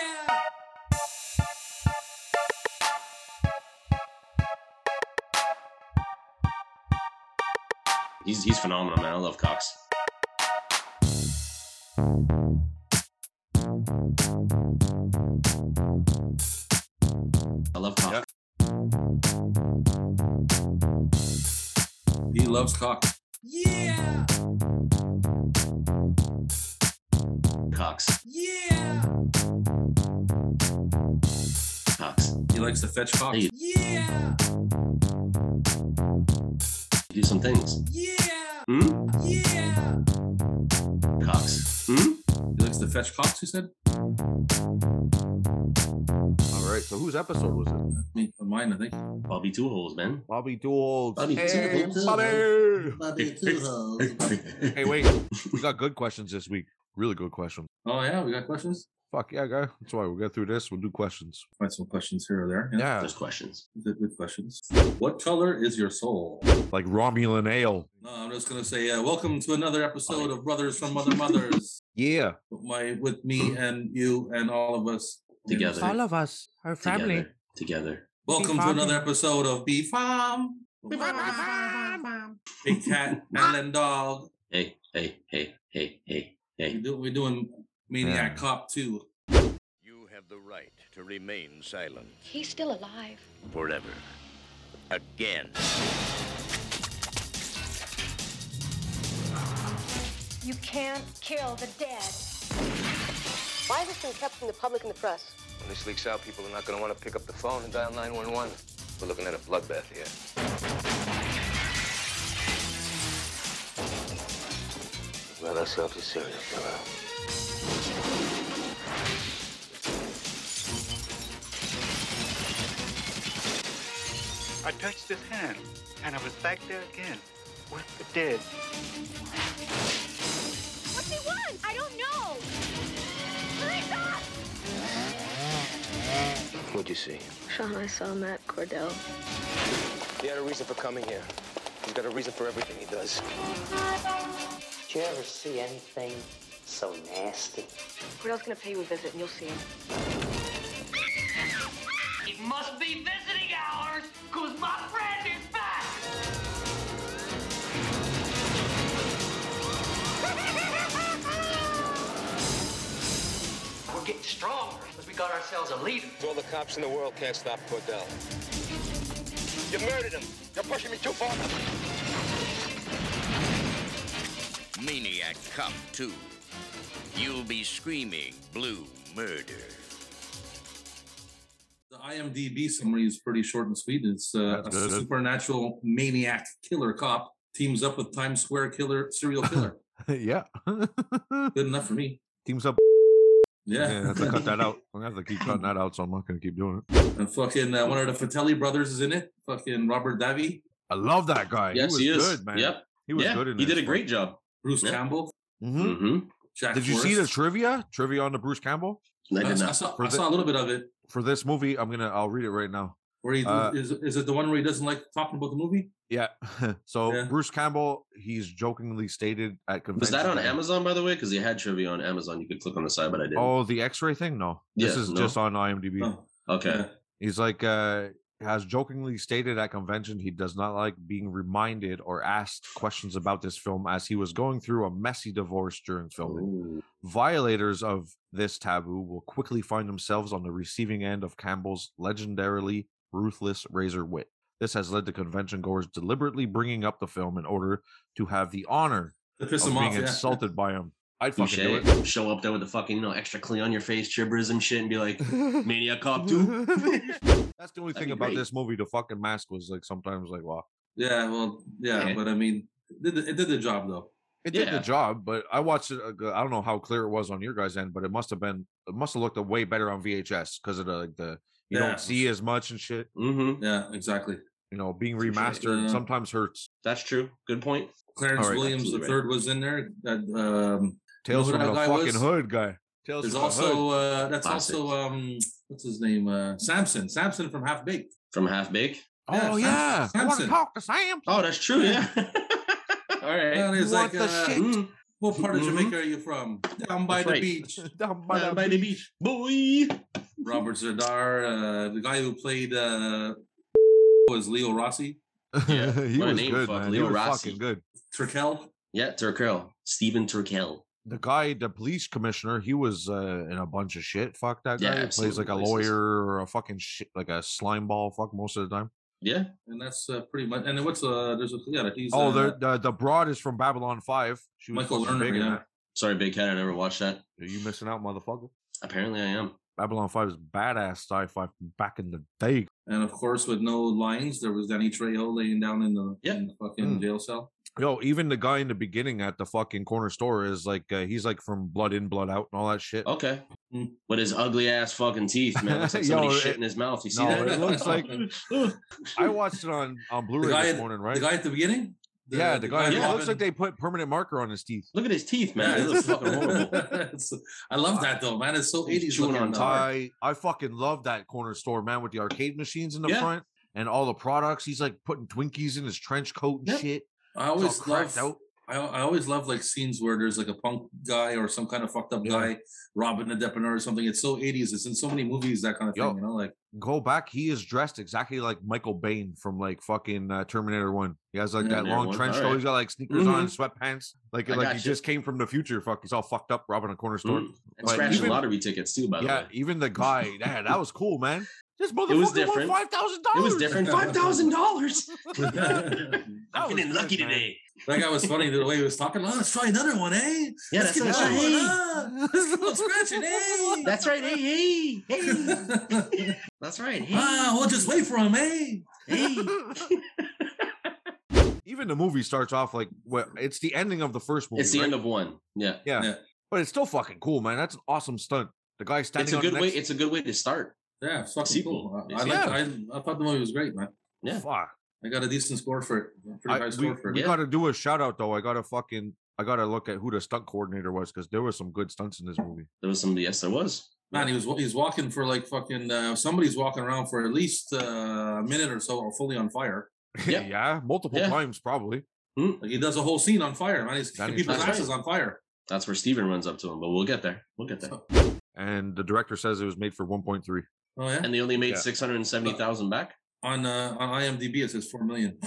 Yeah. He's he's phenomenal, man. I love Cox. I love Cox. Yeah. He loves cock. Yeah. Cox. Yeah. Cox. He likes to fetch cock. Hey. Yeah. Do some things. Yeah. Hmm? Yeah. Cox. Hmm? He likes to fetch cocks, he said? All right. So whose episode was it? I mean, mine, I think. Bobby Two Holes, man. Bobby Duels. Bobby hey, Duels. Bobby. Bobby two hoes. Hey, wait. We got good questions this week. Really good questions. Oh, yeah, we got questions? Fuck yeah, guy. That's why we'll get through this. We'll do questions. Find some questions here or there. Yeah. Yeah. There's questions. Good, good questions. What color is your soul? Like Romulan ale. No, I'm just gonna say, uh, welcome to another episode of Brothers from Mother Mothers. Yeah. With My with me and you and all of us you know, Together. say, All of us, our family. Together. Together. welcome to Farm. another episode of Bee Farm. Big cat, Allen dog. Hey, hey, hey, hey, hey, We hey. do, we're doing Maniac Yeah. Cop 2. You have the right to remain silent He's still alive. forever. Again. You can't kill the dead. Why has this been kept from the public and the press? When this leaks out, people are not going to want to pick up the phone and dial 911. We're looking at a bloodbath here. We've got ourselves a serial killer. I touched his hand, and I was back there again with the dead. What do you want? I don't know. What'd you see? Sean, I saw Matt Cordell. He had a reason for coming here. He's got a reason for everything he does. Did you ever see anything so nasty? Cordell's gonna pay you a visit, and you'll see him. It must be visiting hours, because my friend is back! We're getting stronger because we got ourselves a leader. All the cops in the world can't stop Cordell. You murdered him. You're pushing me too far. Maniac Cop 2. You'll be screaming blue murder. The IMDb summary is pretty short and sweet. It's uh, That's a good. supernatural maniac killer cop teams up with Times Square killer serial killer. yeah. Good enough for me. Teams up. Yeah, Yeah, I have to cut that out. I'm gonna have to keep cutting that out, so I'm not gonna keep doing it. And fucking uh, one of the Fratelli brothers is in it. Fucking Robert Davi, I love that guy. Yes, was he, is. good, man. Yep. He was yeah, good in He this did one. a great job. Bruce Yeah. Campbell, Mhm. Mm-hmm. Jack. Did you see the Forrest. trivia? Trivia on the Bruce Campbell I I, did s- I not. saw, For I the- saw a little bit of it. for this movie. I'm gonna. I'll read it right now. Where he Uh, is, is it the one where he doesn't like talking about the movie? Yeah. so Yeah. Bruce Campbell, he's jokingly stated at convention. Was that on Amazon, by the way? Because they had trivia on Amazon. You could click on the side, but I didn't. Oh, the X-ray thing? No, this Yeah, is no. just on IMDb. No. okay. He's like, uh, has jokingly stated at convention he does not like being reminded or asked questions about this film as he was going through a messy divorce during filming. Ooh. Violators of this taboo will quickly find themselves on the receiving end of Campbell's legendarily ruthless razor wit. This has led to convention goers deliberately bringing up the film in order to have the honor To piss of him being off. yeah. insulted by him. I'd fucking do Touche. it. Show up there with the fucking you know extra clean on your face, chibberism shit, and be like, Maniac Cop Two. That's the only thing be about great. this movie. The fucking mask was like sometimes like, wow, Yeah, well, yeah, Yeah. but I mean, it did, the- it did the job though. it did Yeah. the job, but I watched it. uh, g- I don't know how clear it was on your guys' end, but it must have been. It must have looked a way better on VHS because of the like the you Yeah. don't see as much and shit. Mm-hmm. Yeah, exactly. You know, being Touche, remastered yeah. sometimes hurts. That's true. Good point. Clarence All right, Williams the absolutely third was in there. That um, Tales who from that the guy fucking was? hood guy. Tales there's from the hood. also uh, that's Classic. also um, what's his name? Uh, Samson. Samson from Half Baked. From Half Baked. yeah, oh Sam- yeah, I want to Samson. talk to Sam. Oh, that's true. Yeah. All right. And You it's want like the uh, shit? Mm. What part of Mhm. Jamaica are you from? Down by That's the right. beach. Down by By, the by the beach, boy. Robert Zadar, uh, the guy who played uh, was Leo Rossi. Yeah. he My was name good, fuck, man. he Leo was Rossi. fucking good. Turkel. Yeah, Turkel, Stephen Turkel. The guy, the police commissioner, he was uh, in a bunch of shit. Fuck that guy. Yeah, he plays like a absolutely racist. lawyer or a fucking shit, like a slime ball. Fuck most of the time. Yeah, And that's uh, pretty much. And then what's uh, there's a yeah, he's oh, uh, the, the the broad is from Babylon Five. She was Michael fucking Lerner. big in Yeah. that. sorry, Big Cat, I never watched that. Are you missing out, motherfucker? Apparently, I am. Babylon Five is badass sci-fi from back in the day. And of course, with no lines, there was Danny Trejo laying down in the, Yeah. in the fucking Mm. jail cell. Yo, even the guy in the beginning at the fucking corner store is like, uh, he's like from Blood In, Blood Out, and all that shit. Okay, Mm. but his ugly ass fucking teeth, man, looks like Yo, somebody it- shit in his mouth. You see no, that? it looks like- I watched it on on Blu-ray guy this at- morning, right? The guy at the beginning. The- yeah, the, guy. yeah. it looks Robin- like they put permanent marker on his teeth. Look at his teeth, Yeah, man. They look it's- fucking horrible. it's- I love that though, man. It's so He's eighties chewing looking. uh, on though. top. I I fucking love that corner store, man, with the arcade machines in the Yeah. front and all the products. He's like putting Twinkies in his trench coat and Yep. shit. I It's always all cracked love. out. I, I always love like scenes where there's like a punk guy or some kind of fucked up Yeah. guy robbing a depanneur or something. It's so eighties. It's in so many movies that kind of thing. Yo. You know, like Go back. He is dressed exactly like Michael Bain from like fucking uh, Terminator One. He has like that Terminator long 1, trench all coat. right. He's got like sneakers on, sweatpants. Like I like he gotcha. just came from the future. Fuck, he's all fucked up, robbing a corner store. Mm. And Like, scratching even- lottery tickets too, by the yeah, way. even the guy. Yeah, that was cool, man. This motherfucker won different. five thousand It dollars. was different. Five thousand dollars. that That was Feeling good, lucky man. today. guy was funny the way he was talking. Oh, let's try another one, eh? Yeah, Let's that's give right. it another one, Hey, ah. This little scratching, eh? that's right. Hey, hey, hey. That's right. Hey, ah, we'll just wait for him, eh? hey. Even the movie starts off like well, it's the ending of the first movie. It's the right? end of one. Yeah, Yeah. Yeah. But it's still fucking cool, man. That's an awesome stunt. The guy standing it's a on good the way. next, It's a good way to start. Yeah, it's fucking Sequel. cool. I, I, It's- liked, I, I thought the movie was great, man. yeah. Fuck. I got a decent score for it. a I- Pretty high we score for it. we Yeah. gotta do a shout out though. I gotta fucking I gotta look at who the stunt coordinator was because there was some good stunts in this movie. There was some. Yes, there was. Man, he was he's walking for like fucking uh, somebody's walking around for at least uh, a minute or so, or fully on fire. Yeah. yeah, multiple Yeah. times probably. Like he does a whole scene on fire, man. He's That is people's right. asses on fire. That's where Steven runs up to him. But we'll get there. We'll get there. And the director says it was made for 1.3. Oh yeah. And they only made Yeah. six hundred and seventy thousand back. on uh, on IMDb, it says four million.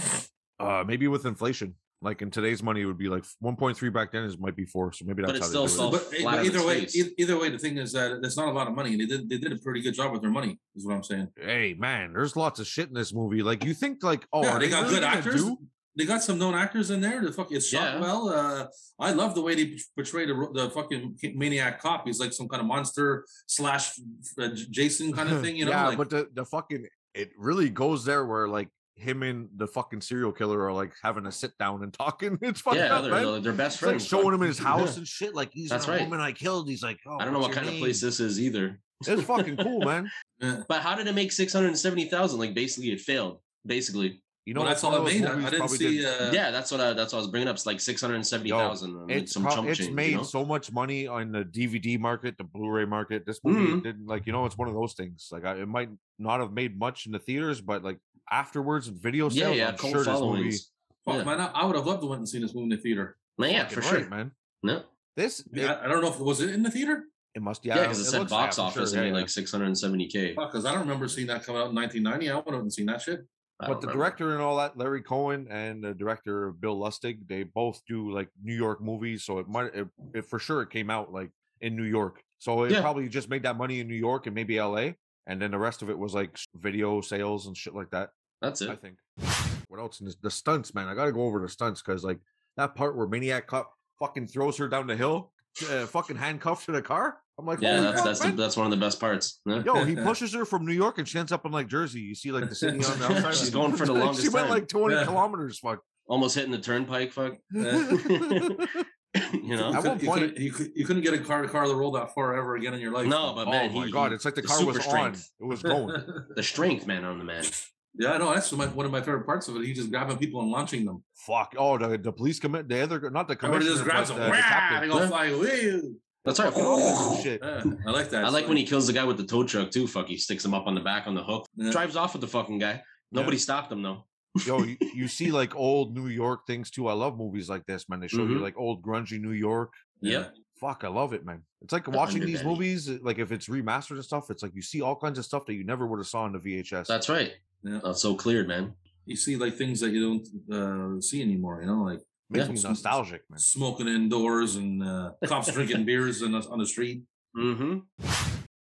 Uh maybe with inflation. Like in today's money, it would be like 1.3 back then. Is might be four, so maybe that's But how it's they still do it. solid. but e- flat but as either its way, face. e- either way, the thing is that it's not a lot of money, and they did they did a pretty good job with their money. Is what I'm saying. Hey man, there's lots of shit in this movie. Like you think like oh, yeah, are they, they, got really good gonna actors. do- They got some known actors in there. The fuck, it's shot Yeah. well. Uh, I love the way they portray the, ro- the fucking maniac cop. He's like some kind of monster slash uh, J- Jason kind of thing, you know? yeah, like, but the, the fucking it really goes there where like him and the fucking serial killer are like having a sit down and talking. It's fucking Yeah, up, they're, man. they're- they're best It's like friends. showing him in his house Yeah. and shit. Like he's That's a right. woman I killed. He's like, oh, I don't know what what's kind your of place name?" this is either. It's fucking cool, man. Yeah. But how did it make six hundred and seventy thousand? Like basically, it failed. Basically, You know, Well, that's one all of I those mean. I- movies I didn't probably see. did- Uh, yeah, that's what I, that's what I was bringing up. It's like six hundred and seventy thousand. it's prob- it's made so much money on the DVD market, the Blu-ray market. This movie Mhm. didn't like you know it's one of those things. Like I, it might not have made much in the theaters, but like afterwards in video yeah, sales, yeah, I'm cult sure this movie. followings. fuck, yeah. man, I, I would have loved to went and seen this movie in the theater. Man, yeah, Fucking for right, sure. man. No, This it- I, I don't know if it was it in the theater. It must, yeah, yeah, because it, said looks- box yeah, for sure, office yeah, and made yeah. like six hundred and seventy k. Because I don't remember seeing that come out in 1990. I wouldn't have seen that shit. but the director and all that, Larry Cohen and the director Bill Lustig, they both do like New York movies, so it might, it, it for sure, it came out like in New York, so it Yeah. probably just made that money in New York and maybe L.A. And then the rest of it was like s- video sales and shit like that. That's I it. think. What else? In this? The stunts, man. I got to go over the stunts because like that part where Maniac Cop fucking throws her down the hill, uh, fucking handcuffed to the car. I'm like, Yeah, holy that's fuck, that's the, man. that's one of the best parts. Yeah. Yo, he pushes her from New York and she ends up in like Jersey. You see like the city on the outside. She's going for the longest She went time. like 20 Yeah. kilometers. Fuck. Almost hitting the turnpike. Fuck. you know. At one you, point- couldn't, you, could, you couldn't get a car car that rolled that far ever again in your life. oh. No, but man, oh my he- god, he- it's like the the car was super on. strength. It was going. the strength, man, on the man. yeah, I know. That's my, one of my favorite parts of it. He just grabbing people and launching them. Fuck. Oh, the, the police commit the other not the Everybody commissioner, just grabs but them. the, the Wah! They captain. go fly away. That's right. Fucking awesome Oh, shit. Yeah, I like that. I like when he kills the guy with the tow truck too. Fuck, he sticks him up on the back on the hook. Yeah. Drives off with the fucking guy. Nobody stopped him though. yo, you, you see like old New York things too. I love movies like this, man. They show you Mhm. like old grungy New York. Yep. Fuck, I love it, man. It's like The watching these underbelly. movies, like if it's remastered and stuff, it's like you see all kinds of stuff that you never would have saw on the VHS. That's right. Yeah. That's so cleared, man. You see like things that you don't uh, see anymore. You know, like makes yeah. me nostalgic, man. smoking indoors and uh, cops drinking beers and on the street. Mm-hmm.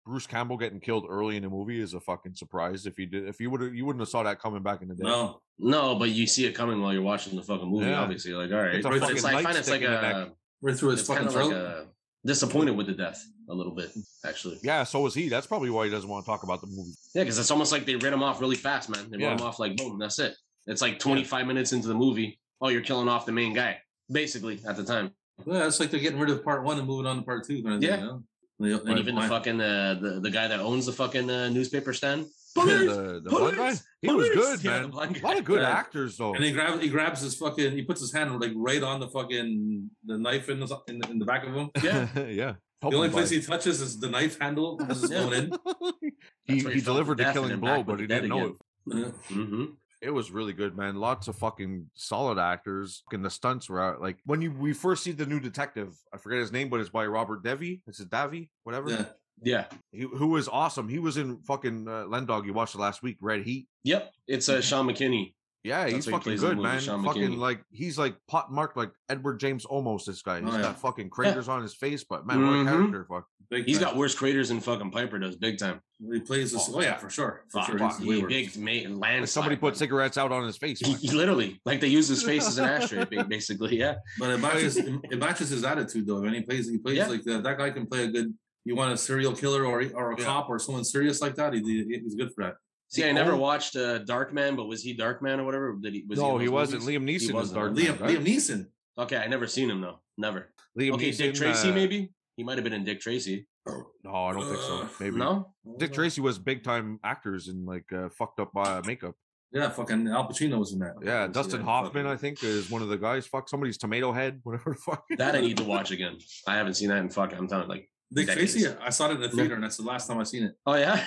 Bruce Campbell getting killed early in the movie is a fucking surprise. If you did, if you would have, you wouldn't have saw that coming back in the day. No, No, but you see it coming while you're watching the fucking movie. Yeah. Obviously, like all right, It's a but it's, fucking I find it's nightstick like in the a right through his it's kind fucking of like throat. a disappointed with the death a little bit actually. Yeah, so was he. That's probably why he doesn't want to talk about the movie. Yeah, because it's almost like they ran him off really fast, man. They Yeah. ran him off like boom, that's it. It's like 25 minutes into the movie. Oh, you're killing off the main guy, basically at the time. yeah, it's like they're getting rid of part one and moving on to part two. Kind of Yeah. thing, you know? They- And they- even the fucking uh, the the guy that owns the fucking uh, newspaper stand. the the blind guy, he was good, Yeah, the man. blind A lot guy. of good Yeah. actors though. And he grabs, he grabs his fucking, he puts his hand like right on the fucking the knife in the in the, in the back of him. Yeah. yeah. The only place he touches is the knife handle. This is Yeah. going in. he, That's where he he felt the delivered the death and killing then blow, back with but the he didn't dead know it. again. Mm-hmm. It was really good, man. Lots of fucking solid actors. And the stunts were out. Like when you we first see the new detective, I forget his name, but it's by Robert Devi. It's a Davi, whatever. Yeah. Yeah. He, who was awesome. He was in fucking uh, Len Dog. You watched it last week, Red Heat. Yep. It's Mm-hmm. uh, Sean McKinney. Yeah, That's he's what he fucking plays in the good, movie, man. Sean fucking McKinney. like he's like pot marked like Edward James almost. This Oh, guy, He's yeah. got fucking craters on his face, but man, what a Mhm. character! Fuck, Big He's time. got worse craters than fucking Piper does, big time. He plays this. Oh, yeah, for sure. For Fuck, sure. fuck, He's way He worse. big mate Like, landslide. somebody put man. cigarettes out on his face. He- man. he literally like they use his face as an ashtray, ba- basically. Yeah. But it matches it matches his attitude though. When he plays, he plays Yeah. like that. That guy can play a good. You want a serial killer or or a Yeah. cop or someone serious like that? He, he- he's good for that. Oh, See, The I never only- watched uh, Dark Man, but was he Dark Man or whatever? Did he? Was no, in he those wasn't. movies? Liam Neeson was wasn't. Dark. Liam Knight, right? Liam Neeson. Okay, I never seen him though. Never. Liam okay, Dick Neeson, Tracy uh, maybe. He might have been in Dick Tracy. No, I don't think so. Ugh, Maybe Uh, No. Dick Tracy was big time actors in like uh, fucked up uh, makeup. Yeah, fucking Al Pacino was in that. Yeah, Dustin Hoffman, I fucking- think, is one of the guys. Fuck somebody's tomato head, whatever the fuck. That I need to watch again. I haven't seen that in fuck. I'm telling like. Dick Decades. Tracy. I saw it in the theater, and that's the last time I seen it. Oh yeah.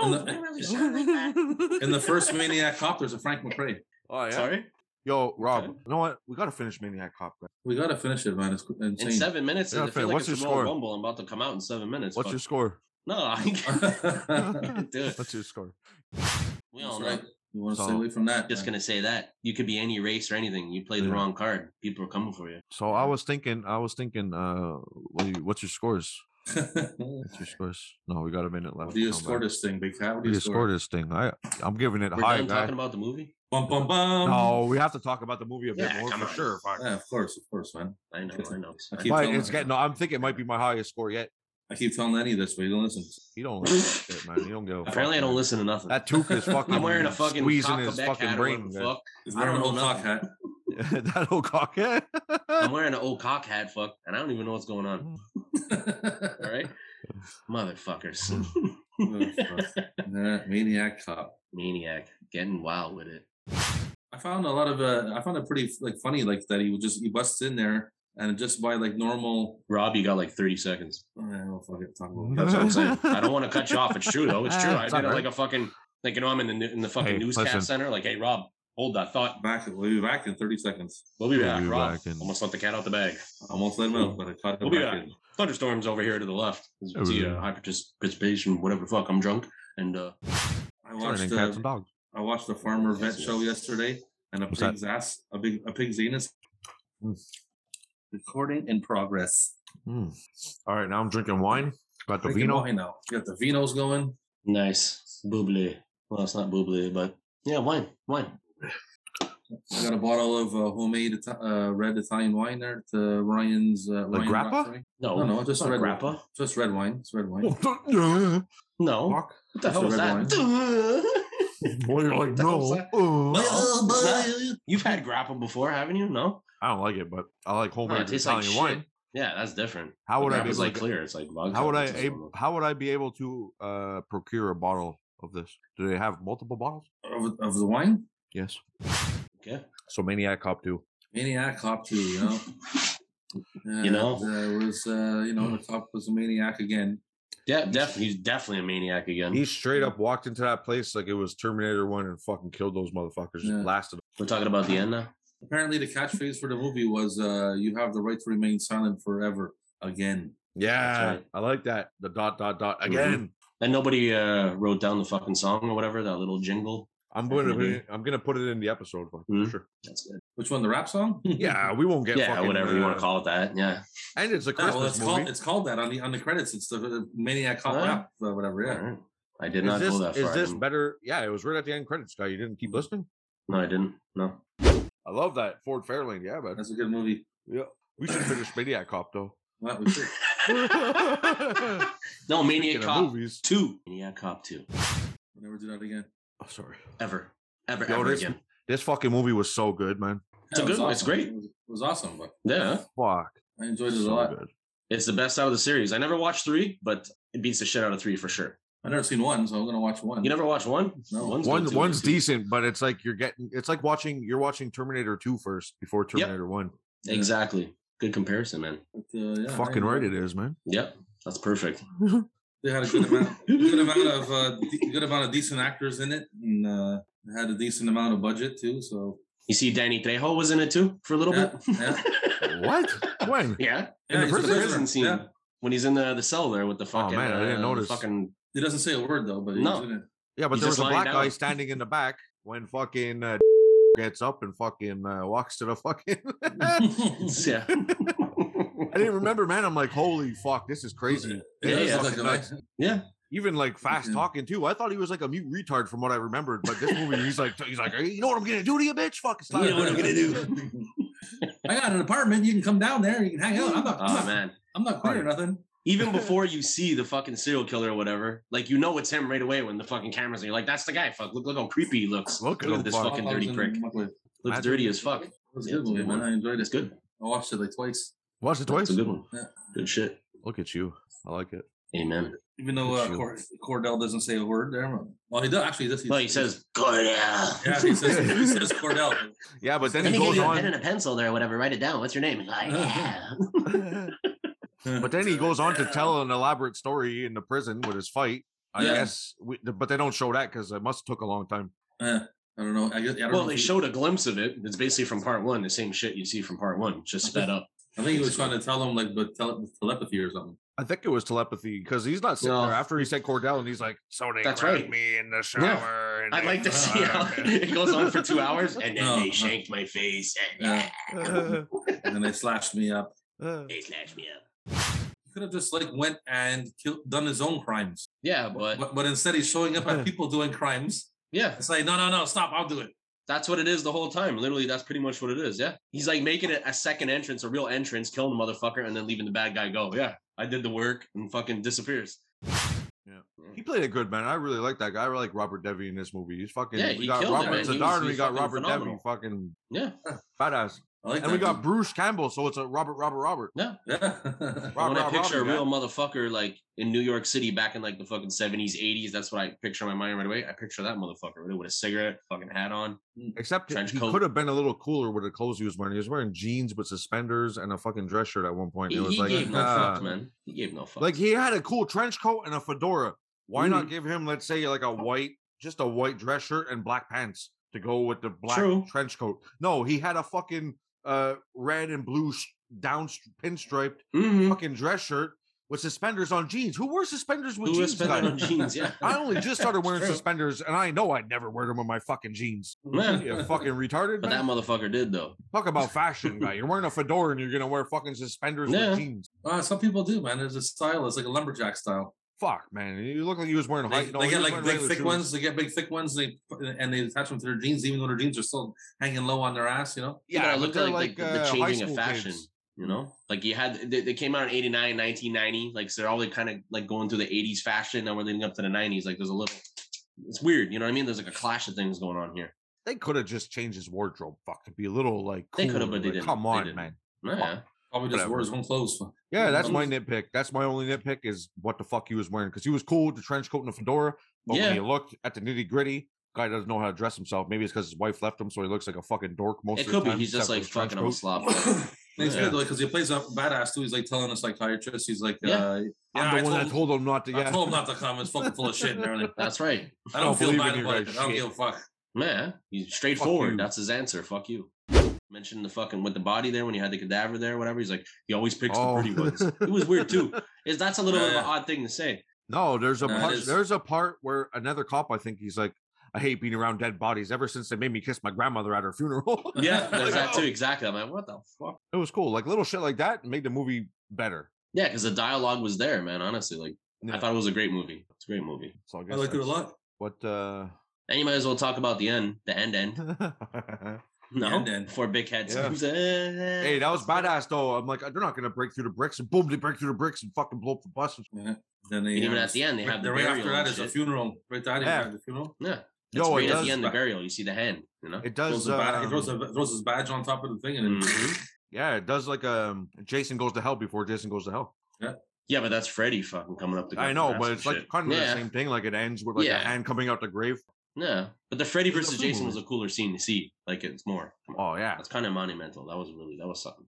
In the, in the first Maniac Cop, there's a Frank McRae. Oh yeah. Sorry. Yo, Rob. Okay. You know what? We gotta finish Maniac Cop. Man. We gotta finish it, man. It's In insane. seven minutes, Yeah, I fair. feel like What's it's a your Royal score? Rumble. I'm about to come out in seven minutes. What's but- your score? No, I can't. do it. What's your score? we all That's know. right. You want to stay So, away from that? Just man. gonna say that you could be any race or anything. You play the Yeah. wrong card, people are coming for you. So I was thinking, I was thinking, uh, what do you, what's your scores? What's your scores? No, we got a minute left. What do you Come score back. this thing, big cat? What What do you score? this thing? I I'm giving it We're high, done guy. talking about the movie. Bum bum bum. no, we have to talk about the movie a bit Yeah, more come for on. sure. fuck. Yeah, of course, of course, man. I know, I know. I I keep know. But telling it's her. getting. No, I'm thinking it might be my highest score yet. I keep telling Eddie this, but he don't listen. He don't like that shit, man. He don't give. a fuck, Apparently, I don't man. listen to nothing. That toque is fucking. I'm wearing a fucking squeezing cock his Quebec fucking hat or brain. whatever the man. fuck. He's I don't wearing an know old cock hat. that old cock. yeah. I'm wearing an old cock hat, fuck, and I don't even know what's going on. All right, motherfuckers, Mm. Yeah, maniac cop. maniac, getting wild with it. I found a lot of. Uh, I found it pretty like funny, like that he would just he busts in there and just by like normal. Rob, you got like 30 seconds. Oh, I don't know if I get talk about That's what I'm saying. I don't want to cut you off. It's true though. It's true. Ah, I it's did it alright. like a fucking like you know I'm in the new- in the fucking Hey, newscast listen. center. Like, hey, Rob, hold that thought. that. back. We'll be back in thirty seconds. We'll be We'll back, be Rob. back in- Almost let the cat out the bag. I almost let him out, but I caught him We'll be back back. in. thunderstorms over here to the left. As you can see, uh, high participation, whatever the fuck. I'm drunk, and uh, I Turning watched. cats Uh, and dogs. I watched the farmer vet show yesterday, and a What's that? Hmm. pig's ass, a big, a pig's anus. Recording in progress. Mm. All right, now I'm drinking wine. Got the Drinking vino. wine now. Got the vinos going. nice bubbly. Well, it's not bubbly, but yeah, wine, wine. I got a bottle of uh, homemade Ita- uh, red Italian wine there at uh, Ryan's. Uh, Ryan Like grappa? Rockery. No, No, no, just not red grappa. wine. Just red wine. It's red Oh. wine. No, Fuck. what the hell was Just a that? red Well, you're like, hell's no. that? uh, No, it's not. You've had grappa before, haven't you? No. I don't like it, but I like homemade tastes like Italian shit. wine. Yeah, that's different. How would I be Grappa's able like to- clear? It's like vodka. How would I which is ab- normal. how would I be able to uh, procure a bottle of this? Do they have multiple bottles? Of, of the wine, Yes. Okay. So Maniac Cop 2. maniac cop too. You know. You know? Hmm. And, uh, it was uh, you know the cop was a maniac again. Yeah, definitely. He's definitely a maniac again. He straight up walked into that place like it was Terminator One and fucking killed those motherfuckers. Yeah. Just blasted. We're talking about the end now. Apparently, the catchphrase for the movie was uh, "You have the right to remain silent forever." Again, Them. Yeah, right. Mm-hmm. I like that. The dot dot dot again. And nobody uh, wrote down the fucking song or whatever. That little jingle. I'm going to put Definitely. it, I'm going to put it in the episode for Mhm. sure. That's good. which one? The rap song? Yeah, we won't get yeah, fucking, whatever you want uh, to call it. That. Yeah. And it's a Yeah, well, Christmas it's called movie. it's called that on the on the credits. It's the, the Maniac Cop Huh? rap, uh, whatever. All Yeah, right. I did Is not go this that far. is I this didn't- Hmm. better? Yeah, it was right at the end credits, guy. You didn't keep listening. No, I didn't. No. I love that Ford Fairlane. Yeah, man. that's a good movie. Yeah, we should finish Maniac Cop though. Well, we should. no, Maniac Speaking of Cop movies, Two. Maniac Cop Two. We'll never do that again. oh, sorry. Ever. Ever. Yo, ever this- again. This fucking movie was so good, man. It's a Yeah, good it was one. It's awesome. great. It was, it was awesome, but Yeah. Fuck, I enjoyed it a so lot. good. It's the best out of the series. I never watched three, but it beats the shit out of three for sure. I've never seen one, so I'm gonna watch one. You never watched one? No. One's good, One too. one's decent, but it's like you're getting. It's like watching. You're watching Terminator Two first before Terminator One. Exactly. Good comparison, man. But, uh, yeah, I fucking enjoyed right, it is, man. Yep. That's perfect. They had a good amount, good amount of uh, de- good amount of decent actors in it, and uh, it had a decent amount of budget too. So You see, Danny Trejo was in it too for a little Yeah, bit. yeah. What? When? Yeah. Yeah, in the he's a prison, prisoner, scene yeah. when he's in the, the cell there with the fucking. Oh, man, I uh, didn't the notice. Fucking he doesn't say a word though, but he's No. in it. Yeah, but He's there was just a lying black guy down. standing in the back when fucking uh, gets up and fucking uh, walks to the fucking. I yeah. didn't remember, man. I'm like, holy fuck, this is eh, crazy. Yeah, This is yeah, fucking like, nuts. yeah. Even like fast Yeah. talking too. I thought he was like a mute retard from what I remembered, but this movie, he's like, he's like, hey, you know what I'm gonna do to you, bitch? Fucking slap You you. know what I'm gonna do. I got an apartment. You can come down there. You can hang out. I'm not. I'm Oh not, man. I'm not queer or nothing. Even before you see the fucking serial killer or whatever, like you know it's him right away when the fucking cameras. And you're like, that's the guy. Fuck. Look, look how creepy he looks. Look, Look at at him, this fuck. fucking dirty prick. It was Looks dirty as fuck. a Yeah, good it's a movie, good man. one. I enjoyed It's it. good. I watched it like twice. Watch it It's twice. a good one. Yeah. Good shit. Look at you. I like it. Amen. Even though uh, Good Cord- Cordell doesn't say a word there. Well, he does actually. He does, No, he says Cordell. Yeah, he says, he says Cordell. Yeah, but then Let he me get goes you a pen on. and a pencil there or whatever. Write it down. What's your name? He's Like, yeah. But then he goes on to tell an elaborate story in the prison with his fight. I Yeah. guess, we, but they don't show that because it must have took a long time. Uh, I don't know. I, guess, I Well, don't know if they he- showed a glimpse of it. It's basically from part one, the same shit you see from part one, just sped up. I think he was trying to tell him like with, tele- with telepathy or something. I think it was telepathy because he's not sitting No. there after he said Cordell, and he's like, "So they That's grabbed right. me in the shower." And I'd they- like to see how it goes on for two hours, and then No, they no. shanked my face and Yeah. Uh, and then they slashed me up. they slashed me up. He could have just like went and killed, done his own crimes, Yeah, but but, but instead he's showing up at people doing crimes. yeah, It's like no, no, no, stop! I'll do it. that's what it is the whole time. Literally, that's pretty much what it is. Yeah, he's like making it a second entrance, a real entrance, killing the motherfucker, and then leaving the bad guy go. Yeah, I did the work, and fucking disappears. He played it good, man. I really like that guy. I like Robert Devy in this movie. He's fucking. Yeah, we he got killed it, Robert man. He was- Zadar, he and we was got fucking Robert phenomenal. Devy, fucking Yeah, badass. I like And we that got Bruce Campbell, so it's a Robert, Robert, Robert. yeah. dude. Rob- when I Rob- picture Robbie, a real motherfucker like in New York City back in like the fucking seventies, eighties, that's what I picture in my mind right away. I picture that motherfucker really with a cigarette, fucking hat on. Except Trench he coat. could have been a little cooler with the clothes he was wearing. He was wearing jeans with suspenders and a fucking dress shirt at one point. He, It was he like, gave no ah. fucks, man. He gave no fucks. like he had a cool trench coat and a fedora. Why Mm. not give him, let's say, like a white, just a white dress shirt and black pants to go with the black True. trench coat? No, he had a fucking uh red and blue sh- down st- pinstriped Mhm. fucking dress shirt with suspenders on jeans. Who wore suspenders with Who was jeans? guys? spending on jeans? Yeah. I only just started wearing True. suspenders, and I know I'd never wear them on my fucking jeans. Man. You fucking retarded. But that man. motherfucker did though. Talk about fashion, guy. You're wearing a fedora and you're gonna wear fucking suspenders Yeah. with jeans. Uh, some people do, man. There's a style. It's like a lumberjack style. Fuck, man. You look like you was wearing. They, high- no, they he get was like wearing big regular thick shoes. ones. They get big thick ones. They put- and they attach them to their jeans, even though their jeans are still hanging low on their ass. You know. Yeah, Yeah, it but looked they're like, like the, the uh, high changing of school fashion. kids. You know, like you had they, they came out in 89, 1990. Like so they're all kind of like going through the 80s fashion. Now we're leading up to the 90s. Like there's a little, it's weird. You know what I mean? There's like a clash of things going on here. They could have just changed his wardrobe, fuck, to be a little like. They coulda, cooler, but they like, didn't. Come They on, didn't. man. Yeah. Probably just Whatever. wore his own clothes. Yeah, that's my nitpick. That's my only nitpick is what the fuck he was wearing because he was cool with the trench coat and the fedora, but Yeah. when he looked at the nitty gritty, guy doesn't know how to dress himself. Maybe it's because his wife left him, so he looks like a fucking dork most It of the could be. time. He's just except like for his trench fucking, I'm a coat. slob. And he's Yeah. good, like, because he plays a badass too. He's like telling a psychiatrist, he's like, Yeah. uh, yeah, I'm I the one that told, told him not to. I Yeah. told him not to come. It's fucking full of shit. And everything. That's right. I I don't don't feel believe bad in you about it. guys. I don't Shit. give a fuck. Man, he's straightforward. you. That's his answer. Fuck you. Mentioned the fucking with the body there when you had the cadaver there, whatever. He's like, he always picks Oh. the pretty ones. It was weird too. Is that's a little bit of an Yeah. odd thing to say. No, there's a No, it part, is- there's a part where another cop, I think he's like, I hate being around dead bodies ever since they made me kiss my grandmother at her funeral. Yeah, there's Like, that too. oh. Exactly. I'm like, what the fuck? it was cool. Like little shit like that made the movie better. Yeah, because the dialogue was there, man. Honestly, like I Yeah. thought it was a great movie. It's a great movie. So I I guess liked it a that's lot. What uh And you might as well talk about the end, the end end. uh, No, end end. before Big Head Yeah. screams, "Eh." Hey, that was badass though. I'm like, they're not gonna break through the bricks and boom, they break through the bricks and fucking blow up the buses. Then they And even have- at the end, they right- have the right burial after that and is a shit. funeral. Right there, Yeah. the funeral. Yeah, it's Yo, right it at does the end, the burial. You see the hand, you know. it Throws does the ba- he um, throws, a, throws his badge on top of the thing, and then Mm-hmm. Mhm. yeah, it does like um Jason goes to hell before Jason goes to hell. Yeah, but that's Freddy fucking coming up the. fucking I know, grass but and it's like shit. kind of yeah, the same thing. Like it ends with like Yeah. a hand coming out the grave. Yeah, but the Freddy It's a versus film Jason was a movie. cooler scene to see. Like it's more. Oh yeah. That's kind of monumental. That was really that was something.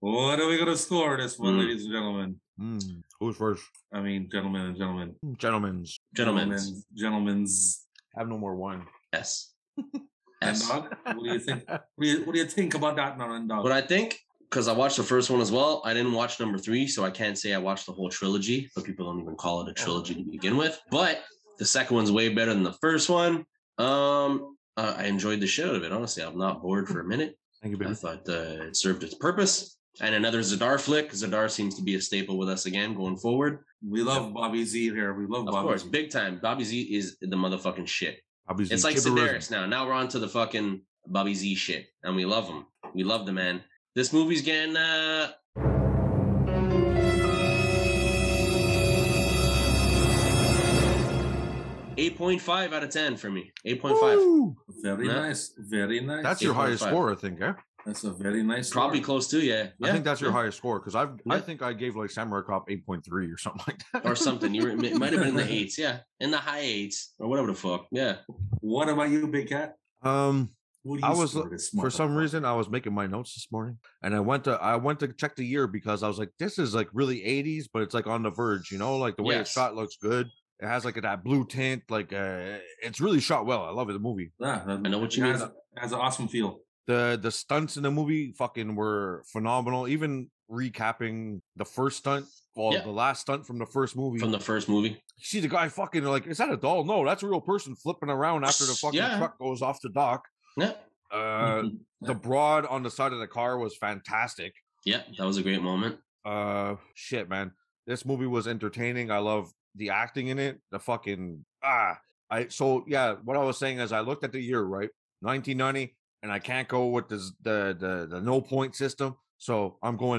what are we gonna score this one, Mm. ladies and gentlemen? Mm. Who's first? I mean, gentlemen and gentlemen, Gentlemen's. Gentlemen, gentlemen's. Have no more wine. yes. And yes. dog, what do you think? What do you, what do you think about that, Nan dog? But I think because I watched the first one as well, I didn't watch number three, so I can't say I watched the whole trilogy. But people don't even call it a trilogy to begin with. But the second one's way better than the first one. Um, uh, I enjoyed the shit out of it. Honestly, I'm not bored for a minute. Thank you, I baby. thought uh, it served its purpose. And another Zadar flick. Zadar seems to be a staple with us again going forward. we love Bobby Z here. We love Of Bobby. course, Z. big time. Bobby Z is the motherfucking shit. Obviously, It's like Gibberism. Sedaris now. Now we're on to the fucking Bobby Z shit, and we love him. We love the man. This movie's getting uh, eight point five out of ten for me. Eight point five, Woo! Very Yeah. nice. Very nice. That's your highest 8.5. score, I think. Eh? That's a very nice. probably score. close to yeah. I Yeah, think that's your yeah. highest score because I've I Yeah. think I gave like Samurai Cop eight point three or something like that or something. You were, it might have been in the eights, yeah, in the high eights or whatever the fuck. Yeah, What about you, Big Cat? Um, What do I was score this for some motherfucker? reason I was making my notes this morning and I went to I went to check the year because I was like, this is like really eighties, but it's like on the verge, you know, like the way Yes. it's shot looks good. It has like that blue tint, like uh, it's really shot well. I love it. The movie, Yeah, I know what you has, mean. Has an awesome feel. the the stunts in the movie fucking were phenomenal. Even recapping the first stunt, well, Yeah. the last stunt from the first movie, from the first movie. you see the guy fucking like, is that a doll? No, that's a real person flipping around after the fucking Yeah. Mm-hmm. truck goes off the dock. Yeah, Uh, the broad on the side of the car was fantastic. yeah, that was a great moment. Uh, shit, man, this movie was entertaining. I love the acting in it. The fucking ah, I so yeah. What I was saying is, I looked at the year right, 1990, and I can't go with this, the the the no point system. So I'm going.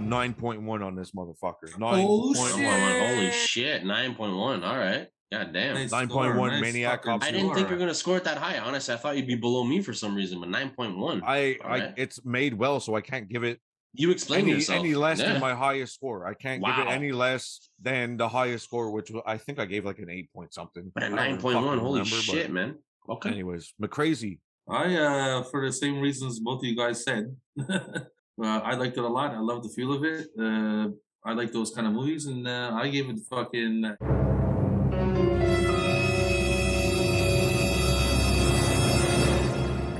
Nine point one on this motherfucker. Nine point one. shit. 9.1. Holy shit, nine point one. All right, god damn. Nice 9.1 score, nice Maniac fucking Cop I didn't score. think you were gonna score it that high. Honestly, I thought you'd be below me for some reason, but nine point one. I, I Alright. it's made well, so I can't give it You explain any, yourself. any less Yeah. than my highest score. I can't give Wow. it any less than the highest score, which wa- I think I gave like an eight point something. But I at don't nine point one, fucking holy remember, but shit, man. Okay. Anyways, McCrazy. I, uh, for the same reasons both of you guys said, uh, I liked it a lot. I love the feel of it. Uh, I like those kind of movies, and uh, I gave it fucking